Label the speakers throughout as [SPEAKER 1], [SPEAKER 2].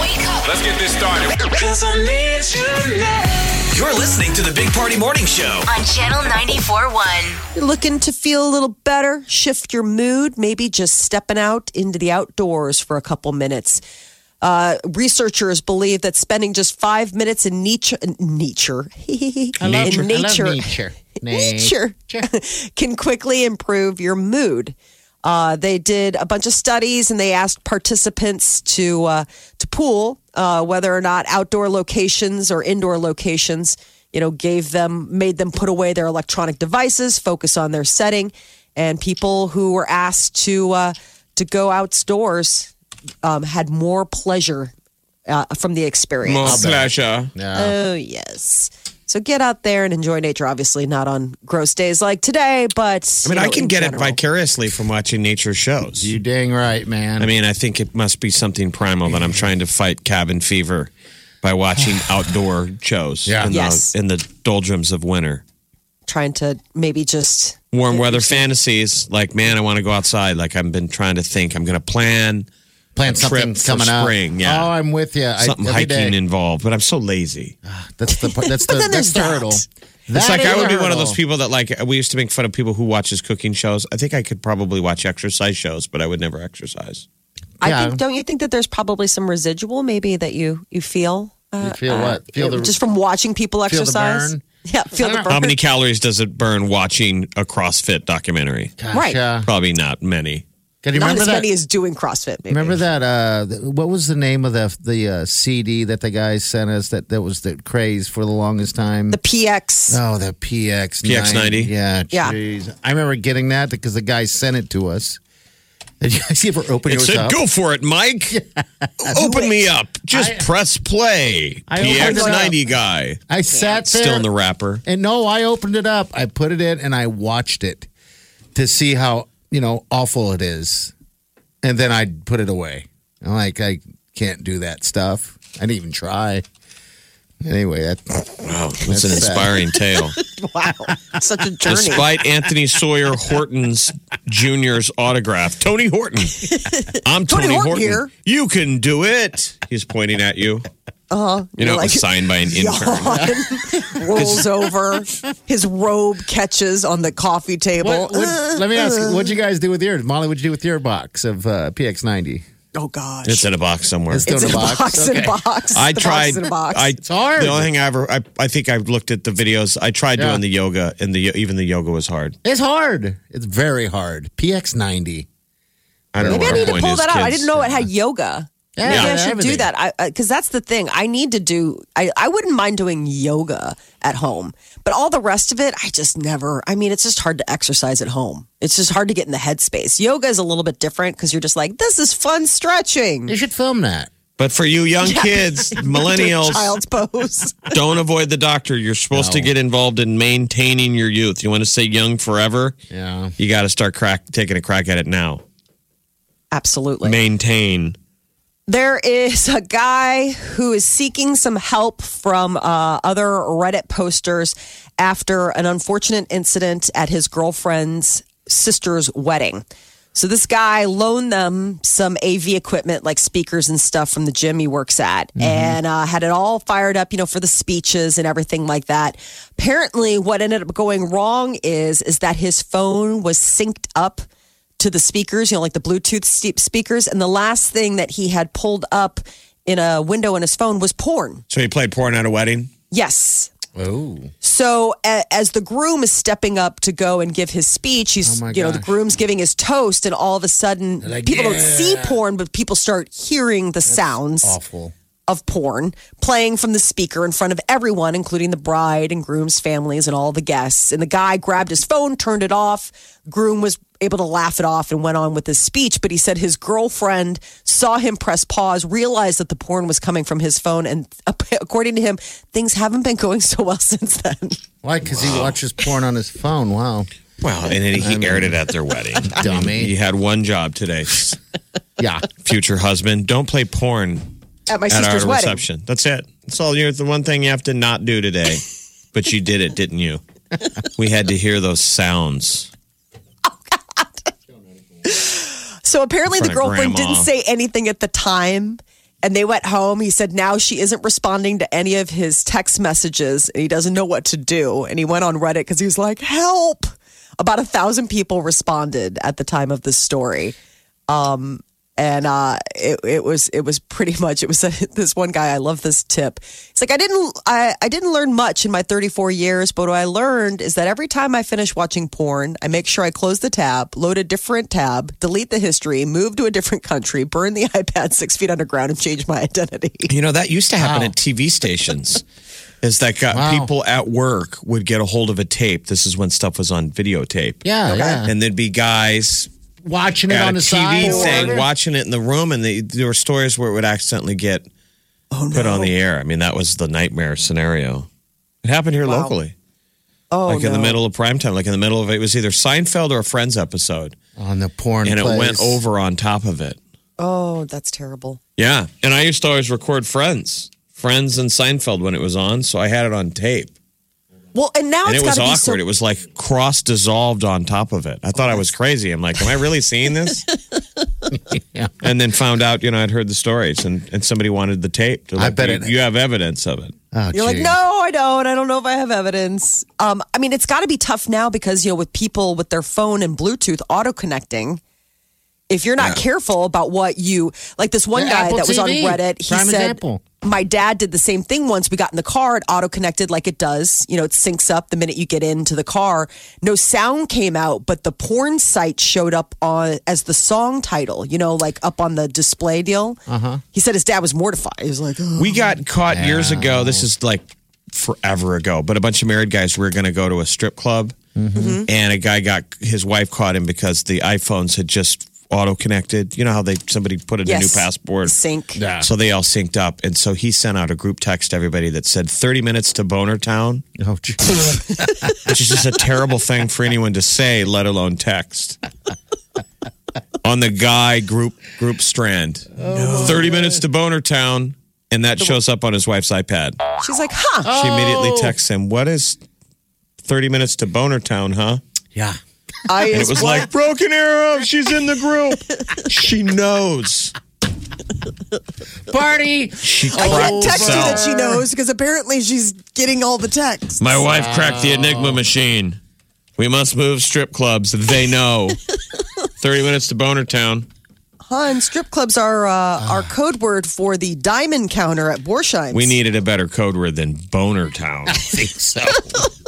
[SPEAKER 1] Wake up.
[SPEAKER 2] Let's get this started.
[SPEAKER 3] You're listening to the Big Party Morning Show.
[SPEAKER 1] On Channel 94.1.
[SPEAKER 4] Looking to feel a little better, shift your mood, maybe just stepping out into the outdoors for a couple minutes. Uh, researchers believe that spending just five minutes in nature, nature, in
[SPEAKER 5] nature.
[SPEAKER 4] nature,
[SPEAKER 5] I love nature.
[SPEAKER 4] nature can quickly improve your mood. Uh, they did a bunch of studies and they asked participants to uh, to pool uh, whether or not outdoor locations or indoor locations, you know, gave them made them put away their electronic devices, focus on their setting, and people who were asked to uh, to go outdoors um, had more pleasure uh, from the experience.
[SPEAKER 6] More pleasure.
[SPEAKER 5] Yeah.
[SPEAKER 4] Oh, yes. So get out there and enjoy nature. Obviously, not on gross days like today, but
[SPEAKER 6] I mean,
[SPEAKER 4] you know,
[SPEAKER 6] I can
[SPEAKER 4] in
[SPEAKER 6] get
[SPEAKER 4] general.
[SPEAKER 6] it vicariously from watching nature shows.
[SPEAKER 5] You dang right, man.
[SPEAKER 6] I mean, I think it must be something primal that I'm trying to fight cabin fever by watching outdoor shows
[SPEAKER 5] Yeah.
[SPEAKER 6] in,
[SPEAKER 4] Yes.
[SPEAKER 6] the, in the doldrums of winter.
[SPEAKER 4] trying to maybe just
[SPEAKER 6] Warm weather fantasies, like, man, I want to go outside. Like, I've been trying to think, I'm going to plan
[SPEAKER 5] plan
[SPEAKER 6] a trip
[SPEAKER 5] something
[SPEAKER 6] for
[SPEAKER 5] coming up.
[SPEAKER 6] spring, yeah.
[SPEAKER 5] Oh, I'm with you.
[SPEAKER 6] something hiking involved, but I'm so lazy.
[SPEAKER 5] That's the part- that's the,
[SPEAKER 4] then there's
[SPEAKER 5] that's the
[SPEAKER 4] that.
[SPEAKER 5] hurdle.
[SPEAKER 6] it's
[SPEAKER 5] That
[SPEAKER 6] like
[SPEAKER 5] is
[SPEAKER 6] I
[SPEAKER 5] the
[SPEAKER 6] would be one of
[SPEAKER 5] hurdle.
[SPEAKER 6] those people that, like, we used to make fun of people who watches cooking shows. I think I could probably watch exercise shows, but I would never exercise.
[SPEAKER 4] I
[SPEAKER 5] Yeah.
[SPEAKER 4] think don't you think that there's probably some residual maybe that you you feel uh,
[SPEAKER 5] You feel what? Feel the-
[SPEAKER 4] just from watching people
[SPEAKER 5] feel the
[SPEAKER 4] exercise
[SPEAKER 5] burn? Um,
[SPEAKER 4] yeah feel the burn
[SPEAKER 6] How many calories does it burn watching a CrossFit documentary?
[SPEAKER 5] Gosh,
[SPEAKER 4] Right.
[SPEAKER 5] Yeah.
[SPEAKER 6] Probably not many.
[SPEAKER 5] Can you
[SPEAKER 4] not
[SPEAKER 5] remember
[SPEAKER 4] as
[SPEAKER 5] that?
[SPEAKER 4] many as doing CrossFit maybe.
[SPEAKER 5] Remember that? Uh, th- what was the name of the the uh, CD that the guy sent us? That that was the craze for the longest time.
[SPEAKER 4] the PX
[SPEAKER 5] oh, the PX
[SPEAKER 6] PX90.
[SPEAKER 5] Yeah,
[SPEAKER 4] Yeah.
[SPEAKER 5] Jeez. I remember getting that because the guy sent it to us. Did you guys ever open
[SPEAKER 6] It
[SPEAKER 5] yours
[SPEAKER 6] said,
[SPEAKER 5] up?
[SPEAKER 6] "Go for it, Mike. Open me up. Just press play."
[SPEAKER 5] I opened it up.
[SPEAKER 6] PX90 guy
[SPEAKER 5] I sat there.
[SPEAKER 6] still in the wrapper.
[SPEAKER 5] And no, I opened it up. I put it in and I watched it to see how, you know, awful it is. And then I put it away. I'm like, I can't do that stuff. I didn't even try. Anyway, that,
[SPEAKER 6] Wow, that's, an
[SPEAKER 5] That's sad.
[SPEAKER 6] inspiring tale.
[SPEAKER 4] wow such a journey
[SPEAKER 6] Despite Anthony Sawyer Horton's Jr.'s autograph, Tony Horton. I'm Tony,
[SPEAKER 4] Tony Horton here.
[SPEAKER 6] You can do it. He's pointing at you.
[SPEAKER 4] uh,
[SPEAKER 6] You know, it was signed by an intern.
[SPEAKER 4] yawn, rolls over his robe catches on the coffee table
[SPEAKER 5] What- what- let me ask you, what'd you guys do with yours? Molly, what'd you do with your box of uh, PX90?
[SPEAKER 4] oh gosh
[SPEAKER 6] It's in a box somewhere.
[SPEAKER 5] It's
[SPEAKER 4] It's
[SPEAKER 5] in
[SPEAKER 4] in
[SPEAKER 5] a
[SPEAKER 4] a
[SPEAKER 5] box.
[SPEAKER 4] box in a
[SPEAKER 5] Okay.
[SPEAKER 4] box
[SPEAKER 6] I
[SPEAKER 4] The box
[SPEAKER 6] tried.
[SPEAKER 4] is in a box
[SPEAKER 6] I,
[SPEAKER 5] It's hard.
[SPEAKER 6] The only thing I ever, I, I think I've looked at the videos. I tried
[SPEAKER 5] Yeah.
[SPEAKER 6] doing the yoga, and the even the yoga was hard.
[SPEAKER 5] It's hard. It's very hard. PX90.
[SPEAKER 6] I don't
[SPEAKER 4] Maybe
[SPEAKER 6] know
[SPEAKER 4] I
[SPEAKER 6] what
[SPEAKER 4] need
[SPEAKER 6] our
[SPEAKER 4] to
[SPEAKER 6] point
[SPEAKER 4] pull
[SPEAKER 6] is,
[SPEAKER 4] that out. I
[SPEAKER 6] kids.
[SPEAKER 4] didn't know it had yoga.
[SPEAKER 5] Yeah,
[SPEAKER 4] Maybe I
[SPEAKER 5] yeah,
[SPEAKER 4] should do
[SPEAKER 5] everything.
[SPEAKER 4] that because that's the thing. I need to do. I I wouldn't mind doing yoga at home, but all the rest of it, I just never. I mean, it's just hard to exercise at home. It's just hard to get in the headspace. Yoga is a little bit different because you're just like, this is fun stretching.
[SPEAKER 5] You should film that.
[SPEAKER 6] But for you young kids, millennials,
[SPEAKER 4] Child's pose.
[SPEAKER 6] don't avoid the doctor. You're supposed to
[SPEAKER 5] No.
[SPEAKER 6] get involved in maintaining your youth. You want to stay young forever?
[SPEAKER 5] Yeah.
[SPEAKER 6] You got to start crack taking a crack at it now.
[SPEAKER 4] Absolutely.
[SPEAKER 6] Maintain.
[SPEAKER 4] There is a guy who is seeking some help from uh, other Reddit posters after an unfortunate incident at his girlfriend's sister's wedding. So this guy loaned them some AV equipment like speakers and stuff from the gym he works at and uh, had it all fired up, you know, for the speeches and everything like that. Apparently what ended up going wrong is is that his phone was synced up to the speakers, you know, like the Bluetooth steep speakers. And the last thing that he had pulled up in a window on his phone was porn.
[SPEAKER 6] So he played porn at a wedding.
[SPEAKER 4] Yes.
[SPEAKER 5] Oh.
[SPEAKER 4] So a- as the groom is stepping up to go and give his speech, he's
[SPEAKER 5] Oh my
[SPEAKER 4] you know the
[SPEAKER 5] gosh.
[SPEAKER 4] groom's giving his toast, and all of a sudden
[SPEAKER 5] They're like,
[SPEAKER 4] people don't see
[SPEAKER 5] "Yeah."
[SPEAKER 4] porn, but people start hearing the sounds
[SPEAKER 5] Awful.
[SPEAKER 4] of porn playing from the speaker in front of everyone, including the bride and groom's families and all the guests. And the guy grabbed his phone, turned it off. Groom was able to laugh it off and went on with his speech. But he said his girlfriend saw him press pause, realized that the porn was coming from his phone. And according to him, things haven't been going so well since then.
[SPEAKER 5] Why? Because he watches porn on his phone. Wow.
[SPEAKER 6] Wow, and then he aired it at their wedding. He
[SPEAKER 5] Dummy.
[SPEAKER 6] had one job today.
[SPEAKER 5] Yeah.
[SPEAKER 6] Future husband, don't play porn
[SPEAKER 4] At my
[SPEAKER 6] at
[SPEAKER 4] sister's
[SPEAKER 6] our
[SPEAKER 4] wedding.
[SPEAKER 6] reception. That's it. That's all. You're the one thing you have to not do today. but you did it, didn't you? We had to hear those sounds.
[SPEAKER 4] So apparently
[SPEAKER 6] In
[SPEAKER 4] the
[SPEAKER 6] front of
[SPEAKER 4] girlfriend
[SPEAKER 6] grandma.
[SPEAKER 4] didn't say anything at the time. And they went home. He said now she isn't responding to any of his text messages and he doesn't know what to do. And he went on Reddit because he was like, help. About a thousand people responded at the time of this story. Um, and uh, it, it was it was pretty much it was this one guy. I love this tip. It's like I didn't I, I didn't learn much in my 34 years, but what I learned is that every time I finish watching porn, I make sure I close the tab, load a different tab, delete the history, move to a different country, burn the iPad six feet underground, and change my identity.
[SPEAKER 6] You know, that used to happen at TV stations. Is that got
[SPEAKER 5] Wow.
[SPEAKER 6] people at work would get a hold of a tape. This is when stuff was on videotape.
[SPEAKER 5] Yeah. Yeah.
[SPEAKER 6] And there'd be guys
[SPEAKER 5] watching it
[SPEAKER 6] at
[SPEAKER 5] on the
[SPEAKER 6] a TV
[SPEAKER 5] side.
[SPEAKER 6] thing, watching it in the room, and they, there were stories where it would accidentally get
[SPEAKER 5] Oh,
[SPEAKER 6] put on the air. I mean, that was the nightmare scenario. It happened here locally,
[SPEAKER 4] Oh,
[SPEAKER 6] like in the
[SPEAKER 4] no.
[SPEAKER 6] middle of prime time, like in the middle of it was either Seinfeld or a Friends episode,
[SPEAKER 5] on the porn.
[SPEAKER 6] and
[SPEAKER 5] place.
[SPEAKER 6] it went over on top of it.
[SPEAKER 4] Oh, that's terrible.
[SPEAKER 6] Yeah, and I used to always record Friends, Friends and Seinfeld when it was on, so I had it on tape,
[SPEAKER 4] Well, and now Oh,
[SPEAKER 6] and
[SPEAKER 4] it's
[SPEAKER 6] it was
[SPEAKER 4] got to be
[SPEAKER 6] awkward.
[SPEAKER 4] so
[SPEAKER 6] It was like cross dissolved on top of it. I thought I was crazy. I'm like, am I really seeing this?
[SPEAKER 5] Yeah.
[SPEAKER 6] and then found out, you know, I'd heard the stories, and, and somebody wanted the tape. They're
[SPEAKER 5] I
[SPEAKER 6] like,
[SPEAKER 5] bet
[SPEAKER 6] you,
[SPEAKER 5] it-
[SPEAKER 6] you have evidence of it.
[SPEAKER 5] Oh,
[SPEAKER 4] You're like,
[SPEAKER 5] geez.
[SPEAKER 4] no, I don't. I don't know if I have evidence. Um, I mean, it's got to be tough now because, you know, with people with their phone and Bluetooth auto connecting, if you're not careful about what you, like this one
[SPEAKER 5] Yeah,
[SPEAKER 4] guy
[SPEAKER 5] Apple
[SPEAKER 4] that was on
[SPEAKER 5] TV,
[SPEAKER 4] Reddit, he
[SPEAKER 5] prime
[SPEAKER 4] said,
[SPEAKER 5] example.
[SPEAKER 4] my dad did the same thing once. We got in the car, it auto connected like it does. You know, it syncs up the minute you get into the car. No sound came out, but the porn site showed up on as the song title. You know, like up on the display deal. Uh-huh. He said his dad was mortified. He was like, "Ugh."
[SPEAKER 6] We got caught years ago. This is like forever ago, but a bunch of married guys we were going to go to a strip club, and a guy got his wife caught him because the iPhones had just auto connected. You know how they somebody put in a new
[SPEAKER 4] Yes.
[SPEAKER 6] passport.
[SPEAKER 4] sync.
[SPEAKER 5] Yeah.
[SPEAKER 6] So they all synced up, and so he sent out a group text to everybody that said "30 minutes to Boner Town,"
[SPEAKER 5] Oh, geez.
[SPEAKER 6] which is just a terrible thing for anyone to say, let alone text. On the guy group group strand,
[SPEAKER 4] Oh,
[SPEAKER 6] thirty minutes to Boner Town, and that shows up on his wife's iPad.
[SPEAKER 4] She's like, huh.
[SPEAKER 6] She immediately
[SPEAKER 4] Oh.
[SPEAKER 6] texts him, "What is thirty minutes to Boner Town, huh?"
[SPEAKER 5] yeah.
[SPEAKER 4] I
[SPEAKER 6] And it was like broken arrow. She's in the group. she knows.
[SPEAKER 5] Party.
[SPEAKER 6] She
[SPEAKER 4] can't
[SPEAKER 6] cracked
[SPEAKER 4] text her that
[SPEAKER 6] herself.
[SPEAKER 4] she knows because apparently she's getting all the texts.
[SPEAKER 6] My wife cracked the Enigma machine. We must move strip clubs. They know. thirty minutes to Boner Town.
[SPEAKER 4] Hun, strip clubs are uh, our code word for the diamond counter at Borsheims.
[SPEAKER 6] Ah. We needed a better code word than Boner Town.
[SPEAKER 5] think so.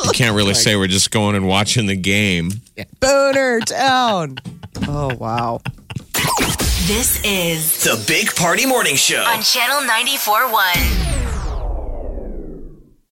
[SPEAKER 6] You can't really say we're just going and watching the game.
[SPEAKER 4] boner town. Oh wow.
[SPEAKER 1] This is
[SPEAKER 3] The Big Party Morning Show.
[SPEAKER 1] on Channel 94.1.